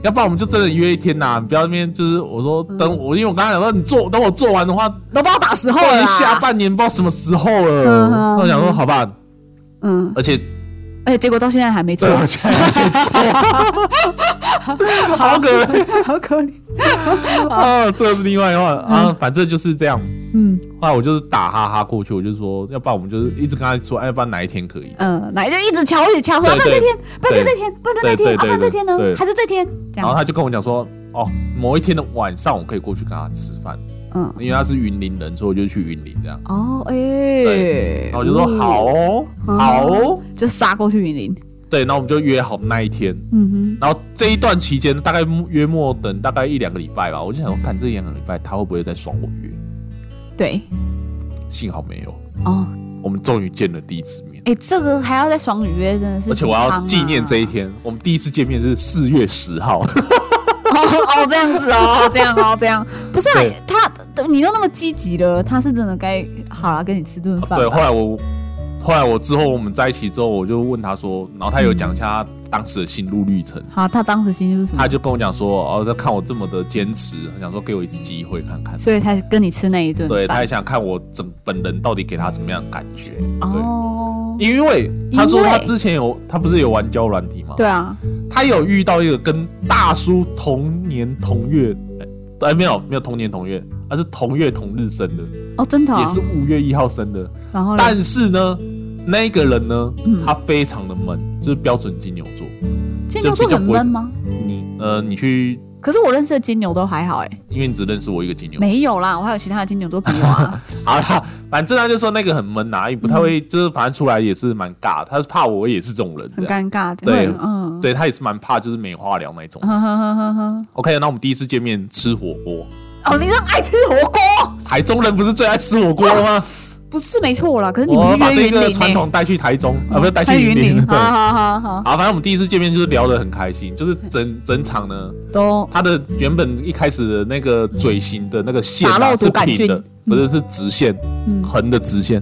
Speaker 2: 要不然我们就真的约一天呐、你不要那边就是我说等我，因为我刚才讲说你做等我做完的话，
Speaker 1: 都把我打死后
Speaker 2: 都已
Speaker 1: 了
Speaker 2: 经
Speaker 1: 啦。
Speaker 2: 下半年不知道什么时候了。
Speaker 1: 嗯嗯
Speaker 2: 那我想说好吧，
Speaker 1: 嗯，
Speaker 2: 而且
Speaker 1: 而且结果到现在还没做
Speaker 2: 对，，我现 在没做，好可 怜
Speaker 1: 好可怜。
Speaker 2: 啊！这是另外一话啊，反正就是这样。
Speaker 1: 嗯
Speaker 2: 后来我就是打哈哈过去，我就说，要不然我们就是一直跟他说，哎，要不然哪一天可以？
Speaker 1: 嗯，哪一天一直敲，一直敲，说啊
Speaker 2: 对
Speaker 1: 不然这
Speaker 2: 对
Speaker 1: 天，不然就
Speaker 2: 对
Speaker 1: 这天，不然就那
Speaker 2: 对
Speaker 1: 天，
Speaker 2: 对
Speaker 1: 啊不然
Speaker 2: 对
Speaker 1: 这天呢
Speaker 2: 对？
Speaker 1: 还是这天？这
Speaker 2: 然后
Speaker 1: 样，
Speaker 2: 他就跟我讲说，哦，某一天的晚上我可以过去跟他吃饭，
Speaker 1: 嗯，
Speaker 2: 因为他是云林人，所以我就去云林这样。
Speaker 1: 哦，哎，
Speaker 2: 对然后我就说好哦，
Speaker 1: 嗯
Speaker 2: 好哦，
Speaker 1: 就杀过去云林。
Speaker 2: 对，然后我们就约好那一天。
Speaker 1: 嗯
Speaker 2: 然后这一段期间，大概约莫等大概一两个礼拜吧，我就想说，看这一两个礼拜他会不会再爽我约？
Speaker 1: 哼，对，
Speaker 2: 幸好没有，
Speaker 1: 哦，
Speaker 2: 我们终于见了第一次面，
Speaker 1: 哎，这个还要在爽语约，真的是，啊
Speaker 2: 而且我要纪念这一。天。我们第一次见面是四月十号，
Speaker 1: 哦 哦，这样子 哦，这样哦，这样，不是啊
Speaker 2: 对，
Speaker 1: 他你都那么积极了，他是真的该好了，跟你吃顿饭
Speaker 2: 对，后
Speaker 1: 吧。
Speaker 2: 来我后来我之后我们在一起之后，我就问他说，然后他有讲一下他当时的心路历程，
Speaker 1: 好，他当时心情是什么
Speaker 2: 他？就跟我讲说，哦，他看我这么的坚持，想说给我一次机会看看。
Speaker 1: 所以才跟你吃那一顿
Speaker 2: 对，他
Speaker 1: 饭
Speaker 2: 也想看我整本人到底给他什么样的感觉。
Speaker 1: 哦，
Speaker 2: 对，因为他说
Speaker 1: 因为
Speaker 2: 他之前有，他不是有玩交软体吗？
Speaker 1: 对啊，
Speaker 2: 他有遇到一个跟大叔同年同月，哎、哎没有没有同年同月，他是同月同日生的，
Speaker 1: 哦，真的哦、
Speaker 2: 也是五月一号生的。
Speaker 1: 然后嘞
Speaker 2: 但是呢，那个人呢
Speaker 1: 嗯，
Speaker 2: 他非常的闷，就是标准金牛座。
Speaker 1: 金牛座很闷吗？
Speaker 2: 你呃，你去，
Speaker 1: 可是我认识的金牛都还好哎、
Speaker 2: 因为你只认识我一个金牛，
Speaker 1: 没有啦，我还有其他的金牛座朋友 啊。
Speaker 2: 好啦，反正他就说那个很闷呐、也不
Speaker 1: 嗯
Speaker 2: 太会，就是反正出来也是蛮尬的，他是怕我也是这种人，
Speaker 1: 很
Speaker 2: 这样
Speaker 1: 尴尬，
Speaker 2: 对
Speaker 1: 会嗯，
Speaker 2: 对他也是蛮怕，就是没话聊那种。
Speaker 1: 呵呵呵呵呵。
Speaker 2: OK，那我们第一次见面吃火锅，
Speaker 1: 哦，你这样爱吃火锅，
Speaker 2: 台中人不是最爱吃火锅了吗？
Speaker 1: 不是没错啦。可 是你
Speaker 2: 我
Speaker 1: 们
Speaker 2: 把
Speaker 1: 是约
Speaker 2: 这
Speaker 1: 云林、欸、
Speaker 2: 个传统带去台中啊，不是带
Speaker 1: 还
Speaker 2: 去
Speaker 1: 云啊
Speaker 2: 云林。对，
Speaker 1: 好
Speaker 2: 好，
Speaker 1: 好好好，
Speaker 2: 反正我们第一次见面就是聊得很开心，就是整整场呢，
Speaker 1: 都
Speaker 2: 他的原本一开始的那个嘴型的那个线、
Speaker 1: 打
Speaker 2: 啊、
Speaker 1: 肉毒
Speaker 2: 是
Speaker 1: 杆菌
Speaker 2: 平的，不是是直线，
Speaker 1: 嗯。
Speaker 2: 横的直线。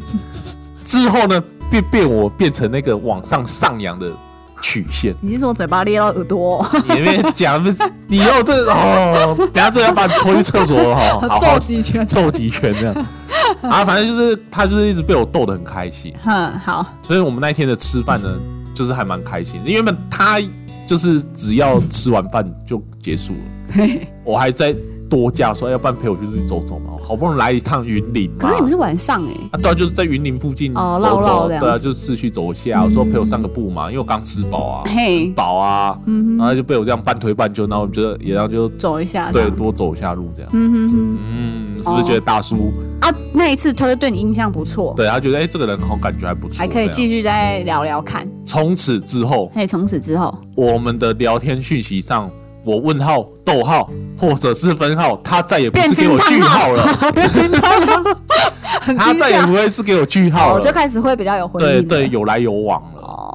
Speaker 2: 之后呢，变变我变成那个往上上扬的曲线
Speaker 1: 你是说嘴巴裂到耳朵？
Speaker 2: 你那边讲不是，你以后这哦，等下这要把你拖去厕所了哈， 好好
Speaker 1: 揍几拳？
Speaker 2: 凑几 拳这样。啊，反正就是他就是一直被我逗得很开心，
Speaker 1: 哼，嗯 好，
Speaker 2: 所以我们那一天的吃饭呢，就是还蛮开心的。因为原本他就是只要吃完饭就结束了，
Speaker 1: 嘿
Speaker 2: 我还在多加说，要不然陪我去出去走走嘛。好不容易来一趟云林嘛，
Speaker 1: 可是你们是晚上哎、
Speaker 2: 啊，对啊，就是在云林附近
Speaker 1: 哦
Speaker 2: 走
Speaker 1: 绕绕
Speaker 2: 走，
Speaker 1: 这样嗯
Speaker 2: 对啊，就是市区走一下。我说陪我散个步嘛，因为我刚吃饱啊，
Speaker 1: 嘿，
Speaker 2: 饱啊，
Speaker 1: 嗯
Speaker 2: 然后就被我这样半推半就，然后我觉得也让就
Speaker 1: 走一下，
Speaker 2: 对，多走一下路这样。
Speaker 1: 嗯哼哼，
Speaker 2: 嗯，是不是觉得大叔
Speaker 1: 啊，那一次他就对你印象不错，
Speaker 2: 对他觉得哎、这个人好像感觉还不错，
Speaker 1: 还可以继
Speaker 2: 续。
Speaker 1: 续再聊聊看。
Speaker 2: 从此之后，
Speaker 1: 嘿，从此之后，
Speaker 2: 我们的聊天讯息上，我问号、逗号或者是分号，他再也不
Speaker 1: 变
Speaker 2: 是给
Speaker 1: 惊
Speaker 2: 我
Speaker 1: 叹
Speaker 2: 句号
Speaker 1: 号
Speaker 2: 了，，
Speaker 1: 变惊叹号， 很
Speaker 2: 他
Speaker 1: 惊
Speaker 2: 再也
Speaker 1: 吓哦
Speaker 2: 不，会是给我句号
Speaker 1: 我就
Speaker 2: 了。
Speaker 1: 开始会比较有回应
Speaker 2: 对
Speaker 1: 了。
Speaker 2: 对，有来有往了，
Speaker 1: 哦，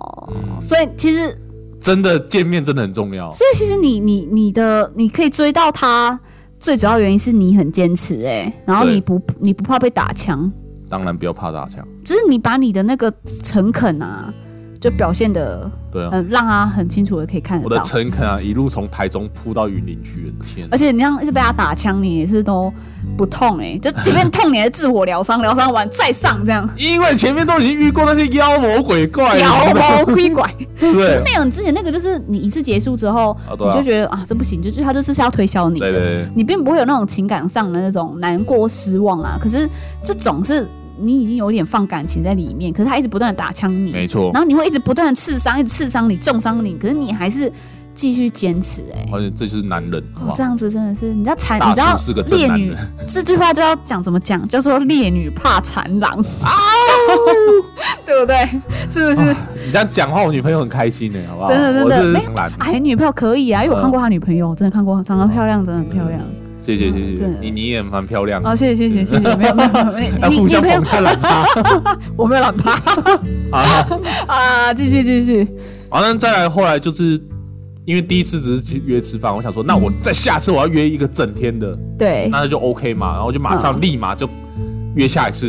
Speaker 1: 所以其实，
Speaker 2: 真的见面真的很重要。
Speaker 1: 所以其实你你你的你可以追到他，最主要原因是你很坚持哎、然后
Speaker 2: 对
Speaker 1: 你不你不怕被打枪，
Speaker 2: 当然不要怕打枪，
Speaker 1: 就是你把你的那个诚恳啊，就表现的
Speaker 2: 对啊，
Speaker 1: 很让他很清楚的可以看得
Speaker 2: 我的
Speaker 1: 到。
Speaker 2: 诚恳啊，一路从台中铺到云林去了，天啊，
Speaker 1: 而且你这样一直被他打枪，你也是都不痛哎、 就即便痛，你还自我疗伤，疗伤完再上这样，
Speaker 2: 因为前面都已经遇过那些妖魔鬼怪了，
Speaker 1: 妖魔鬼怪。
Speaker 2: 对不
Speaker 1: 可
Speaker 2: 对
Speaker 1: 是？没有，你之前那个就是你一次结束之后，
Speaker 2: 啊对
Speaker 1: 你
Speaker 2: 啊
Speaker 1: 就觉得啊这不行，就是他就是要推销你的，
Speaker 2: 对对对，
Speaker 1: 你并不会有那种情感上的那种难过、失望啊。可是这种是你已经有点放感情在里面，可是他一直不断的打枪你，
Speaker 2: 没错
Speaker 1: 然。后你会一直不断的刺伤，一直刺伤你、重伤你，可是你还是继续坚持哎、
Speaker 2: 而且这就是男人，好不
Speaker 1: 哦
Speaker 2: 好
Speaker 1: 这样子真的是，你知道缠，
Speaker 2: 大
Speaker 1: 你知道
Speaker 2: 叔是个真
Speaker 1: 烈
Speaker 2: 男
Speaker 1: 女
Speaker 2: 人，
Speaker 1: 这句话就要讲怎么讲，叫做烈女怕缠 郎啊，对不对？是不是？
Speaker 2: 你这样讲话，我女朋友很开心呢，好不好？
Speaker 1: 真的真的
Speaker 2: 我是
Speaker 1: 没有
Speaker 2: 很懒
Speaker 1: 哎，女朋友可以啊，因为我看过他女朋友，真的看过，长得
Speaker 2: 哦
Speaker 1: 漂亮，真的很漂亮。
Speaker 2: 谢谢谢谢
Speaker 1: 真的，
Speaker 2: 你你也蛮漂亮的
Speaker 1: 嗯 哦，，谢谢谢谢谢谢，没有没有没有，
Speaker 2: 啊
Speaker 1: 你你
Speaker 2: 互
Speaker 1: 女
Speaker 2: 相
Speaker 1: 朋友
Speaker 2: 捧 太懒趴
Speaker 1: 我没有懒趴
Speaker 2: 啊。
Speaker 1: 啊，继续继续，
Speaker 2: 好，那再来后来就是因为第一次只是去约吃饭，我想说，那我再下次我要约一个整天的，
Speaker 1: 对，
Speaker 2: 那就 OK 嘛，然后就马上立马就约下一次，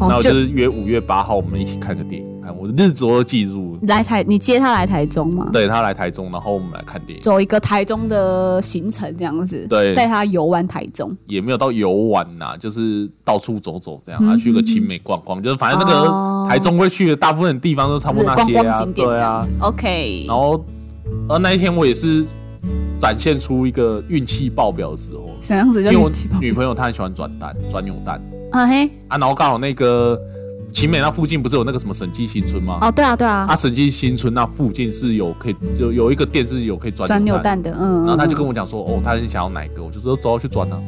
Speaker 2: 然
Speaker 1: 嗯哦
Speaker 2: 后就是约五月八号我们一起看个电影，哎看我的日子我都记住了，
Speaker 1: 来台，你接他来台中吗？
Speaker 2: 对他来台中，然后我们来看电影，
Speaker 1: 走一个台中的行程这样子，
Speaker 2: 对
Speaker 1: 带他游玩台中，
Speaker 2: 也没有到游玩呐、就是到处走走这样
Speaker 1: 嗯
Speaker 2: 啊，
Speaker 1: 嗯
Speaker 2: 去个青梅逛逛，就是反正那
Speaker 1: 哦
Speaker 2: 个台中会去的大部分地方都差
Speaker 1: 就
Speaker 2: 不
Speaker 1: 是
Speaker 2: 多那
Speaker 1: 观
Speaker 2: 些
Speaker 1: 光
Speaker 2: 啊
Speaker 1: 景，点这
Speaker 2: 对
Speaker 1: 样
Speaker 2: 啊
Speaker 1: 子，，OK，
Speaker 2: 然后呃那一天我也是展现出一个运气爆表的时候。
Speaker 1: 这样子就
Speaker 2: 因为我
Speaker 1: 运气爆
Speaker 2: 女朋友她很喜欢转蛋，转扭蛋
Speaker 1: 啊嘿，
Speaker 2: 啊，然后刚好那个奇美那附近不是有那个什么审计新村吗？
Speaker 1: 哦对啊对啊，
Speaker 2: 啊，审计新村那附近是有可以有有一个店是有可以转
Speaker 1: 转扭
Speaker 2: 扭蛋，
Speaker 1: 蛋的，嗯，
Speaker 2: 然后她就跟
Speaker 1: 我
Speaker 2: 我讲说，哦，她很想要哪一个，我就说走啊去转啊，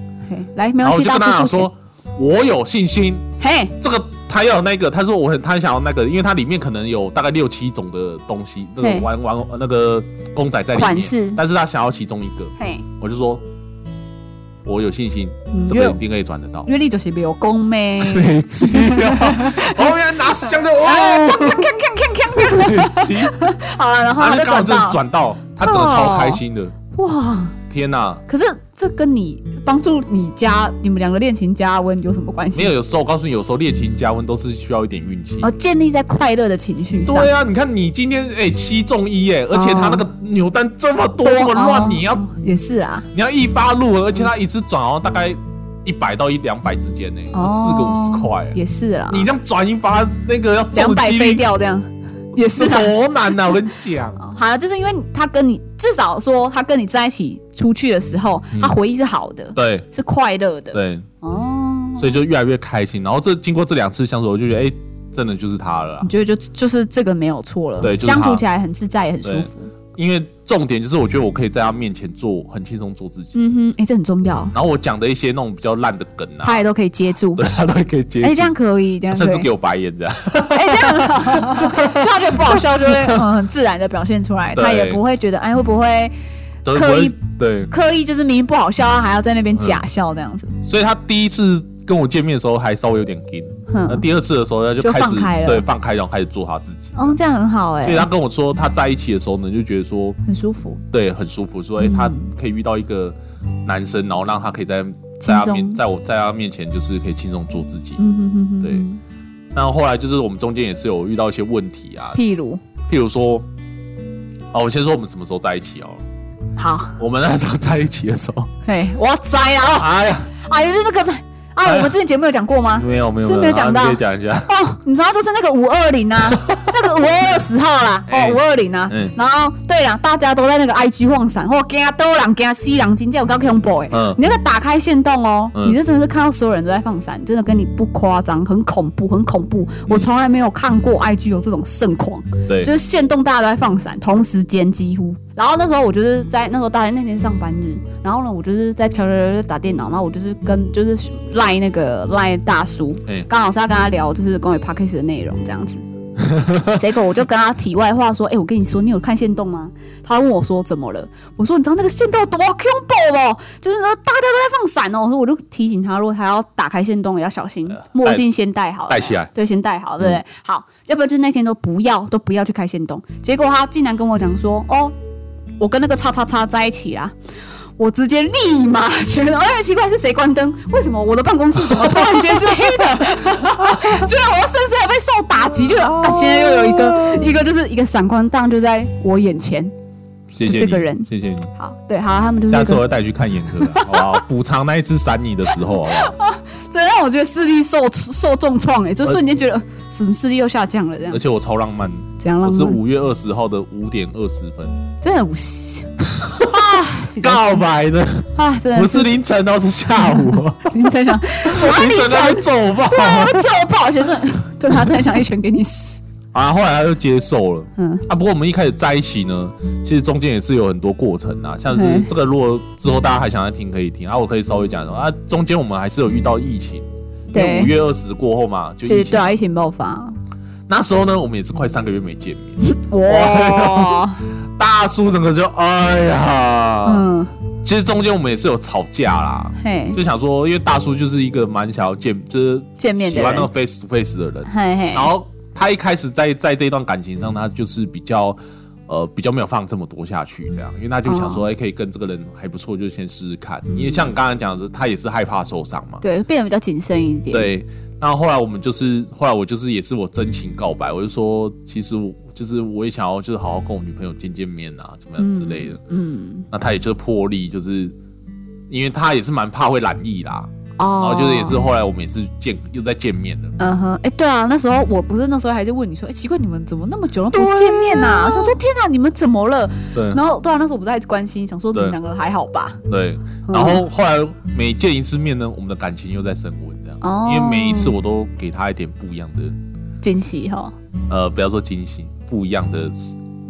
Speaker 1: 来，没关
Speaker 2: 然后我
Speaker 1: 系，
Speaker 2: 就跟
Speaker 1: 大
Speaker 2: 她
Speaker 1: 叔
Speaker 2: 讲
Speaker 1: 出钱，
Speaker 2: 说，我有信心，
Speaker 1: 嘿，
Speaker 2: 这个她要有那个，她说我很她很想要那个，因为它里面可能有大概六七种的东西，那
Speaker 1: 嘿
Speaker 2: 个玩玩那个公仔在里
Speaker 1: 款
Speaker 2: 面
Speaker 1: 式，
Speaker 2: 但是她想要其中一个，
Speaker 1: 嘿，
Speaker 2: 我就说，我有信心，
Speaker 1: 嗯
Speaker 2: 这
Speaker 1: 因
Speaker 2: 个
Speaker 1: 为
Speaker 2: 一定可以转得到。
Speaker 1: 因为你就是没有功 咩，
Speaker 2: 北极啊，后面拿香的哦，
Speaker 1: 哎，看看看看看，
Speaker 2: 北极，
Speaker 1: 好了，然后
Speaker 2: 他
Speaker 1: 他就
Speaker 2: 就啊
Speaker 1: 转
Speaker 2: 刚好真的
Speaker 1: 到，
Speaker 2: 转到，他整个超开心的，
Speaker 1: 哇，
Speaker 2: 天哪、
Speaker 1: 可是这跟你帮助你加你们两个恋情加温有什么关系？
Speaker 2: 没有，有时候我告诉你，有时候恋情加温都是需要一点运气。
Speaker 1: 哦，建立在快乐的情绪上，
Speaker 2: 对啊，你看你今天哎、七中一哎，而且他那个扭蛋这么多
Speaker 1: 多
Speaker 2: 这么
Speaker 1: 哦
Speaker 2: 乱，你要
Speaker 1: 也是啊，
Speaker 2: 你要一发入，而且他一次转哦大概一百到一两百之间呢，
Speaker 1: 哦
Speaker 2: 四个五十块哎，
Speaker 1: 也是啦，
Speaker 2: 你这样转一发那个要中
Speaker 1: 两
Speaker 2: 的
Speaker 1: 百
Speaker 2: 几
Speaker 1: 飞
Speaker 2: 率
Speaker 1: 掉这样，也是
Speaker 2: 是
Speaker 1: 啊。
Speaker 2: 多难呐、我跟你讲。
Speaker 1: 哦好啊，就是因为他跟你，至少说他跟你在一起出去的时候，他回忆是好的，
Speaker 2: 对
Speaker 1: 是快乐的。
Speaker 2: 嗯对，
Speaker 1: 哦，
Speaker 2: 所以就越来越开心。然后这经过这两次相处，我就觉得，哎、真的就是他了啦
Speaker 1: 你。觉得就就是这个没有错了，
Speaker 2: 啊对就是
Speaker 1: 相处
Speaker 2: 他
Speaker 1: 起来很自在，也很舒服。
Speaker 2: 因为重点就是，我觉得我可以在他面前做很轻松做自己。
Speaker 1: 嗯哼，哎、这很重要，
Speaker 2: 然后我讲的一些那种比较烂的梗啊，
Speaker 1: 他也都可以接住。
Speaker 2: 对他都可以接
Speaker 1: 哎、
Speaker 2: 受，
Speaker 1: 这样可以，这样
Speaker 2: 甚
Speaker 1: 可
Speaker 2: 至
Speaker 1: 以
Speaker 2: 给。我白眼这样。
Speaker 1: 哎、这样很好， 就他觉得不好笑，就会嗯很自然的表现出来，
Speaker 2: 对
Speaker 1: 他也不会觉得哎会不会
Speaker 2: 都是
Speaker 1: 刻意
Speaker 2: 不会对，
Speaker 1: 刻意就是明明不好笑，他还要在那边假笑这样子。
Speaker 2: 所以他第一次跟我见面的时候还稍微有点惊，那、
Speaker 1: 哼，
Speaker 2: 第二次的时候他
Speaker 1: 嗯就
Speaker 2: 就开始
Speaker 1: 放开了
Speaker 2: 对放开，然后开始做他自己。
Speaker 1: 哦，这样很好哎、
Speaker 2: 所以他跟我说，他在一起的时候呢，就觉得说，
Speaker 1: 很舒服，
Speaker 2: 对，很舒服，
Speaker 1: 嗯
Speaker 2: 说，哎、他可以遇到一个男生，然后让他可以在在他
Speaker 1: 轻松
Speaker 2: 面，在我在他面前，就是可以轻松做自己。
Speaker 1: 嗯哼哼哼
Speaker 2: 对
Speaker 1: 哼，
Speaker 2: 那后来就是我们中间也是有遇到一些问题啊，
Speaker 1: 譬如
Speaker 2: 譬如说好，我先说我们什么时候在一起哦。
Speaker 1: 好，
Speaker 2: 我们那时候在一起的时 候，
Speaker 1: 嘿，我要摘啊！
Speaker 2: 哎呀，
Speaker 1: 哎呀，就是那个摘，
Speaker 2: 哎呀
Speaker 1: 哎，我们之前节目有讲过吗？
Speaker 2: 没有没有，
Speaker 1: 是没有讲到
Speaker 2: 啊你可以讲一下。
Speaker 1: 哦，你知道就是那个五二零 啊，那个五二二十号啦，
Speaker 2: 哎
Speaker 1: 哦，五二零啊
Speaker 2: 嗯，
Speaker 1: 然后对啦，大家都在那个 IG 晃闪，或惊啊多人惊西人，今天有够恐怖哎
Speaker 2: 嗯！
Speaker 1: 你那个打开线动哦，
Speaker 2: 嗯
Speaker 1: 你这真的是看到所有人都在放闪，真的跟你不夸张，很恐怖，很恐怖。
Speaker 2: 嗯
Speaker 1: 我从来没有看过 IG 有这种盛况，
Speaker 2: 对
Speaker 1: 就，是线动大家都在放闪，同时间几乎。然后那时候我就是在那时候大家那天上班日，然后呢我就是在悄悄地打电脑，然后我就是跟就是赖那个赖大叔，
Speaker 2: 哎
Speaker 1: 刚好是要跟他聊就是关于 p a c k a g e 的内容这样子。结果我就跟他题外话说：“哎、我跟你说，你有看线动吗？”他问我说：“怎么了？”我说：“你知道那个线动有多恐怖哦，就是呢大家都在放闪哦。”我说：“我就提醒他，如果他要打开线动，也要小心，墨镜先戴好，
Speaker 2: 戴起来嗯
Speaker 1: 对，先戴好，对不对？好，要不然就是那天都不要，都不要去开线动。结果他竟然跟我讲说：‘哦，我跟那个叉叉叉在一起啊。’我直接立马觉得，哎，奇怪，是谁关灯？为什么我的办公室怎么突然间是黑的？ 觉得我深深的被受打击，就
Speaker 2: 哦
Speaker 1: 啊，现在又有一个一个就是一个闪光弹就在我眼前。
Speaker 2: 谢谢你
Speaker 1: 这个人
Speaker 2: 谢谢你。
Speaker 1: 好，对，好，他们就是
Speaker 2: 下
Speaker 1: 一
Speaker 2: 次我
Speaker 1: 个，
Speaker 2: 会带你去看眼科 的，好不好？补偿那一次闪你的时候，好不好？
Speaker 1: 这让我觉得视力受受重创，哎，就瞬间觉得呃什么视力又下降了，这样
Speaker 2: 而且我超浪漫，
Speaker 1: 怎样
Speaker 2: 我
Speaker 1: 浪
Speaker 2: 呃是
Speaker 1: 漫？
Speaker 2: 五月二十号的五点二十分
Speaker 1: 真的无锡啊，
Speaker 2: 告白的，
Speaker 1: 啊，真
Speaker 2: 不
Speaker 1: 的
Speaker 2: 是凌晨哦，是下午 哦，
Speaker 1: 凌晨想，哎我要
Speaker 2: 凌
Speaker 1: 凌晨
Speaker 2: 晨在被揍爆。
Speaker 1: 我揍爆，而且真的对他真的想一拳给你死，
Speaker 2: 啊，后来他就接受了。
Speaker 1: 嗯，
Speaker 2: 啊，不过我们一开始在一起呢，其实中间也是有很多过程啊，像是
Speaker 1: 嗯
Speaker 2: 这个，如果之后大家还想要听，可以听啊，我可以稍微讲一下啊。中间我们还是有遇到疫情，因
Speaker 1: 对
Speaker 2: 为五月二十过后嘛，就
Speaker 1: 其
Speaker 2: 疫
Speaker 1: 实对
Speaker 2: 情。
Speaker 1: 啊，疫情爆发，
Speaker 2: 那时候呢，我们也是快三个月没见面，
Speaker 1: 哇，
Speaker 2: 大叔整个就哎呀，
Speaker 1: 嗯。
Speaker 2: 其实中间我们也是有吵架啦，
Speaker 1: 嘿，
Speaker 2: 就想说，因为大叔就是一个蛮想要见，就是
Speaker 1: 见面
Speaker 2: 喜
Speaker 1: 的
Speaker 2: 欢那个
Speaker 1: 人，
Speaker 2: face to face 的人，
Speaker 1: 嘿嘿
Speaker 2: 然，后他一开始在在这段感情上，他就是比较呃比较没有放这么多下去，这样，因为他就想
Speaker 1: 哦
Speaker 2: 说，哎、可以跟这个人还不错，就先试试看。因为像你刚才讲的是，他也是害怕受伤嘛，
Speaker 1: 对，变得比较谨慎一点。，
Speaker 2: 对。那后来我们就是，后来我就是也是我真情告白，我就说，其实我就是我也想要就是好好跟我女朋友见见面啊，怎么样之类的。
Speaker 1: 嗯，
Speaker 2: 那他也就是破例，就是因为他也是蛮怕会懒意啦，然
Speaker 1: 哦，
Speaker 2: 后就是也是，后来我们也是见又在见面的。
Speaker 1: 嗯哼，哎，对啊，那时候我不是那时候还在问你说，哎，奇怪，你们怎么那么久都
Speaker 2: 啊
Speaker 1: 不见面呐？我想说天哪，你们怎么了？
Speaker 2: 对
Speaker 1: 然后对啊，那时候我不是还关心，想说你
Speaker 2: 对
Speaker 1: 们两个还好吧？
Speaker 2: 对，
Speaker 1: 嗯
Speaker 2: 然后后来每见一次面呢，我们的感情又在升温，这样，
Speaker 1: 哦
Speaker 2: 因为每一次我都给他一点不一样的，
Speaker 1: 惊喜哈，
Speaker 2: 呃，不要说惊喜，不一样的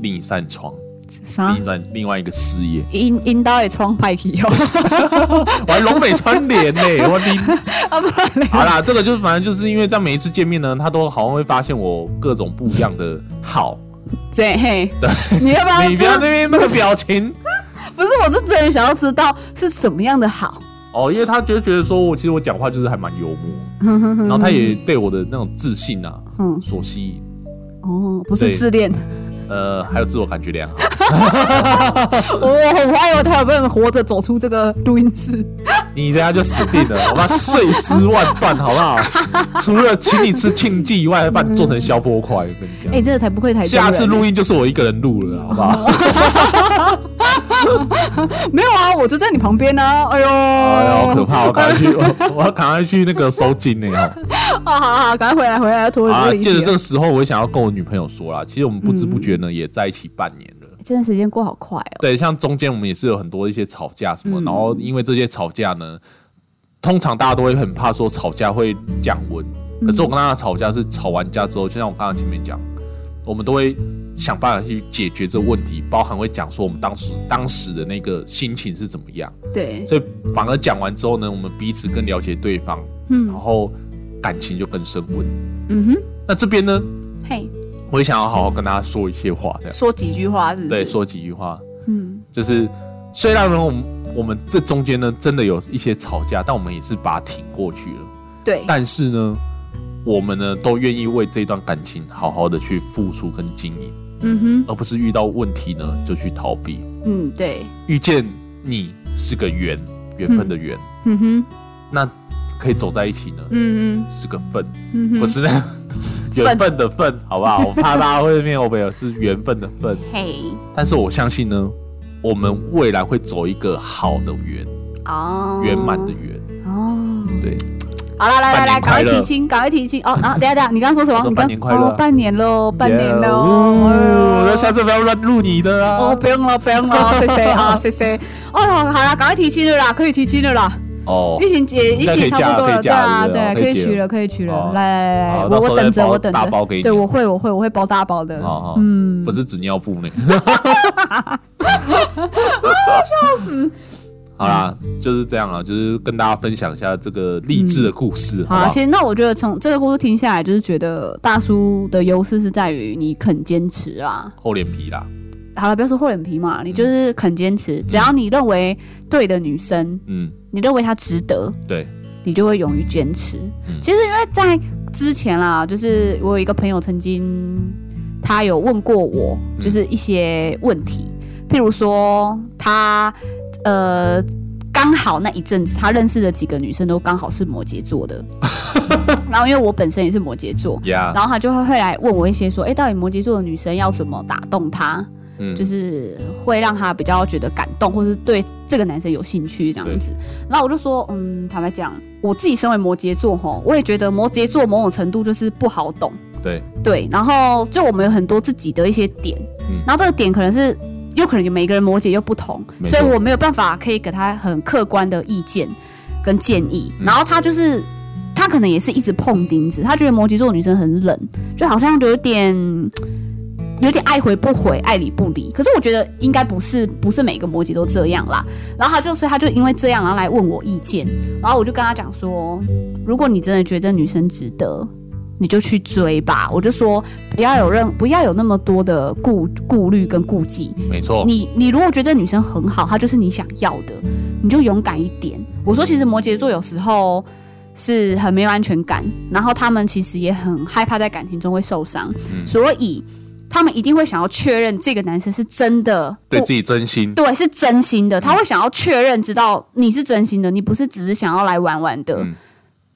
Speaker 2: 另一扇窗，
Speaker 1: 啥啊
Speaker 2: 另一？段另外一个事业，
Speaker 1: 引引导的窗派去哦，
Speaker 2: 我还龙美穿脸 呢、我你
Speaker 1: 啊不然嘞
Speaker 2: 好啦，这个就是反正就是因为在每一次见面呢，他都好像会发现我各种不一样的好，
Speaker 1: 对嘿， 你要不要？
Speaker 2: 你
Speaker 1: 啊
Speaker 2: 不
Speaker 1: 就
Speaker 2: 要
Speaker 1: 是
Speaker 2: 那边那个表情。
Speaker 1: 不是，我是真的想要知道是怎么样的好。
Speaker 2: 哦，因为他觉得觉得说我其实我讲话就是还蛮幽默，然后他也被我的那种自信啊
Speaker 1: 嗯，
Speaker 2: 所吸引，
Speaker 1: 哦，不
Speaker 2: 对
Speaker 1: 是自恋，
Speaker 2: 呃，还有自我感觉良好。
Speaker 1: 我 我很怀疑他有没有活着走出这个录音室。
Speaker 2: 你等下就死定了，我把它碎尸万段，好不 好？除了请你吃庆忌以外，把你做成消波块，我跟你讲。
Speaker 1: 哎、这个才不愧台中
Speaker 2: 下
Speaker 1: 人
Speaker 2: 次录音就是我一个人录了，好不
Speaker 1: 哦
Speaker 2: 好？
Speaker 1: 没有啊，我就在你旁边呢、啊。哎呦，
Speaker 2: 哎呀，好可怕！我赶快去， 我我要赶快去那个收金呢。哦
Speaker 1: 好好好，赶快回来，回来，脱离
Speaker 2: 啊，
Speaker 1: 脱离
Speaker 2: 借着
Speaker 1: 题
Speaker 2: 这
Speaker 1: 了。
Speaker 2: 个时候，我也想要跟我女朋友说啦，其实我们不知不觉
Speaker 1: 嗯
Speaker 2: 呢也在一起半年了。
Speaker 1: 这段哎时间过好快哦。
Speaker 2: 对，像中间我们也是有很多一些吵架什
Speaker 1: 嗯
Speaker 2: 么，然后因为这些吵架呢，通常大家都会很怕说吵架会降温，
Speaker 1: 嗯
Speaker 2: 可是我跟他的吵架是吵完架之后，就像我刚刚前面讲，我们都会想办法去解决这个问题，包含会讲说我们当时当时的那个心情是怎么样，
Speaker 1: 对，
Speaker 2: 所以反而讲完之后呢，我们彼此更了解对方，
Speaker 1: 嗯
Speaker 2: 然后感情就更升温。
Speaker 1: 嗯哼，
Speaker 2: 那这边呢，
Speaker 1: 嘿，
Speaker 2: 我也想要好好跟大家说一些话，这样
Speaker 1: 说几句话是不是？
Speaker 2: 对，说几句话。
Speaker 1: 嗯，
Speaker 2: 就是虽然呢，我们我们这中间呢真的有一些吵架，但我们也是把它挺过去了。
Speaker 1: 对，
Speaker 2: 但是呢，我们呢都愿意为这段感情好好的去付出跟经营，
Speaker 1: 嗯
Speaker 2: 而不是遇到问题呢就去逃避。
Speaker 1: 哼，嗯，对，
Speaker 2: 遇见你是个缘，缘分的缘，
Speaker 1: 嗯哼，
Speaker 2: 那可以走在一起呢
Speaker 1: 嗯
Speaker 2: 是个份，
Speaker 1: 嗯嗯哼，，
Speaker 2: 不是那缘
Speaker 1: 分
Speaker 2: 分的分，好不好？我怕大家会面我没有是缘分的分，
Speaker 1: 嘿，
Speaker 2: 但是我相信呢，我们未来会走一个好的圆，
Speaker 1: 哦，
Speaker 2: 圆满的圆。
Speaker 1: 哦，
Speaker 2: 对，
Speaker 1: 好了，来来来，
Speaker 2: 半年快
Speaker 1: 赶
Speaker 2: 乐
Speaker 1: 快提亲，赶快提亲哦！然后等一下等一下，你刚刚说什
Speaker 2: 我
Speaker 1: 么？
Speaker 2: 说
Speaker 1: 你刚
Speaker 2: 半年快乐
Speaker 1: 哦半年喽，半年
Speaker 2: Yeah，
Speaker 1: 喽。
Speaker 2: 哦
Speaker 1: 哎
Speaker 2: 那
Speaker 1: 呦
Speaker 2: 下次不要乱录你的
Speaker 1: 哦，
Speaker 2: 啊。
Speaker 1: 不用了，不用了，谢谢 啊，谢谢。哦，好啦，赶快提亲了啦，可以提亲了啦，
Speaker 2: 哦
Speaker 1: 疫情解疫
Speaker 2: 该可以
Speaker 1: 情差不多
Speaker 2: 嫁了可以
Speaker 1: 了，对
Speaker 2: 嫁
Speaker 1: 啊，
Speaker 2: 了
Speaker 1: 对啊，
Speaker 2: 可
Speaker 1: 可
Speaker 2: 以
Speaker 1: 以
Speaker 2: 结
Speaker 1: 娶
Speaker 2: 了
Speaker 1: 了，可以娶
Speaker 2: 哦
Speaker 1: 了。来来来，
Speaker 2: 好
Speaker 1: 哎我
Speaker 2: 到时候
Speaker 1: 我等
Speaker 2: 再
Speaker 1: 着，
Speaker 2: 包
Speaker 1: 我等
Speaker 2: 大包
Speaker 1: 着
Speaker 2: 给，你
Speaker 1: 对，我会，我会，我会包大包的。
Speaker 2: 哦，嗯，
Speaker 1: 嗯
Speaker 2: 不是纸尿布 呢， 笑死。好啦，就是这样啊，就是跟大家分享一下这个励志的故事，好
Speaker 1: 嗯好
Speaker 2: 不
Speaker 1: 啦，
Speaker 2: 好
Speaker 1: 其？实那我觉得从这个故事听下来，就是觉得大叔的优势是在于你肯坚持啦。
Speaker 2: 厚脸皮啦，
Speaker 1: 好了，不要说厚脸皮嘛，你就是肯坚持，只要你认为对的女生，
Speaker 2: 嗯，
Speaker 1: 你认为她值得，
Speaker 2: 对，
Speaker 1: 你就会勇于坚持
Speaker 2: 嗯。
Speaker 1: 其实因为在之前啦，就是我有一个朋友曾经他有问过我，
Speaker 2: 嗯
Speaker 1: 就是一些问题，譬如说他呃。刚好那一阵子，他认识的几个女生都刚好是摩羯座 的，然后因为我本身也是摩羯座，
Speaker 2: 呀，
Speaker 1: 然后他就会会来问我一些说，哎，到底摩羯座的女生要怎么打动他？
Speaker 2: 嗯，
Speaker 1: 就是会让他比较觉得感动，或是对这个男生有兴趣这样子。然后我就说，嗯，坦白讲，我自己身为摩羯座吼，我也觉得摩羯座某种程度就是不好懂，
Speaker 2: 对，
Speaker 1: 对。然后就我们有很多自己的一些点，
Speaker 2: 嗯
Speaker 1: 然后这个点可能是。有可能有每个人摩羯又不同，
Speaker 2: 没错
Speaker 1: 所以我没有办法可以给他很客观的意见跟建议。
Speaker 2: 嗯
Speaker 1: 然后他就是他可能也是一直碰钉子，他觉得摩羯座女生很冷，就好像有点有点爱回不回，爱理不理。可是我觉得应该不是不是每个摩羯都这样啦。然后他就所以他就因为这样，然后来问我意见，然后我就跟他讲说，如果你真的觉得女生值得。你就去追吧，我就说不要有任不要有那么多的顾顾虑跟顾忌，
Speaker 2: 没错，
Speaker 1: 你你如果觉得女生很好，她就是你想要的，你就勇敢一点。我说，其实摩羯座有时候是很没有安全感，然后他们其实也很害怕在感情中会受伤，
Speaker 2: 嗯
Speaker 1: 所以他们一定会想要确认这个男生是真的
Speaker 2: 对
Speaker 1: 不
Speaker 2: 自己真心，
Speaker 1: 对，是真心的，他
Speaker 2: 嗯
Speaker 1: 会想要确认，知道你是真心的，你不是只是想要来玩玩的，
Speaker 2: 嗯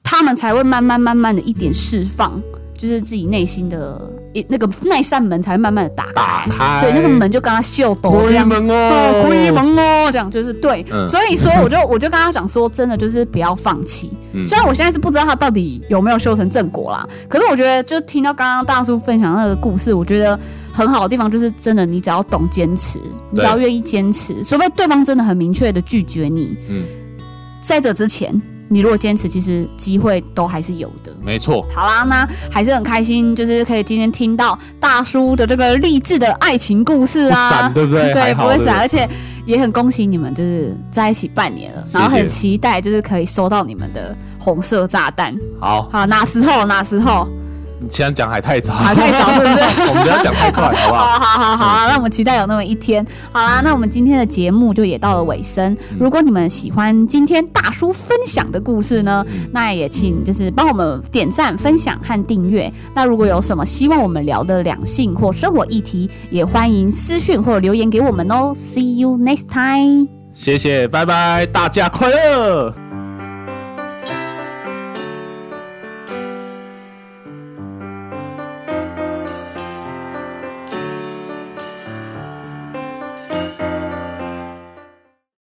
Speaker 1: 他们才会慢慢慢慢的一点释放，就是自己内心的一那个那扇门才会慢慢的打开，
Speaker 2: 打开
Speaker 1: 对，那个门就跟他秀抖这
Speaker 2: 鬼
Speaker 1: 样。
Speaker 2: 门
Speaker 1: 哦
Speaker 2: 哦，，
Speaker 1: 龟萌哦，这样就是对，
Speaker 2: 嗯
Speaker 1: 所以说我就 我就跟他讲说，真的就是不要放弃。
Speaker 2: 嗯
Speaker 1: 虽然我现在是不知道他到底有没有修成正果啦，可是我觉得就听到刚刚大叔分享那个故事，我觉得很好的地方就是真的，你只要懂坚持，你只要愿意坚持，除非对方真的很明确的拒绝你，
Speaker 2: 嗯，
Speaker 1: 在这之前，你如果坚持，其实机会都还是有的。
Speaker 2: 没错，
Speaker 1: 好啦，那还是很开心，就是可以今天听到大叔的这个励志的爱情故事
Speaker 2: 不
Speaker 1: 啊，
Speaker 2: 闪对不对？还
Speaker 1: 对，
Speaker 2: 好
Speaker 1: 不会
Speaker 2: 对
Speaker 1: 散，而且也很恭喜你们，就是在一起半年了，
Speaker 2: 谢
Speaker 1: 然后很期待就是可以收到你们的红色炸弹。
Speaker 2: 好，
Speaker 1: 好，哪时候？哪时候？
Speaker 2: 你现在讲还太早，
Speaker 1: 还太早是不是
Speaker 2: 我们不要讲太快，好不
Speaker 1: 好
Speaker 2: 好？
Speaker 1: 好好好啊，那我们期待有那么一天。好啦，那我们今天的节目就也到了尾声。如果你们喜欢今天大叔分享的故事呢，那也请就是帮我们点赞、分享和订阅。那如果有什么希望我们聊的两性或生活议题，也欢迎私讯或留言给我们哦。See you next time.
Speaker 2: 谢谢，拜拜，大家快乐。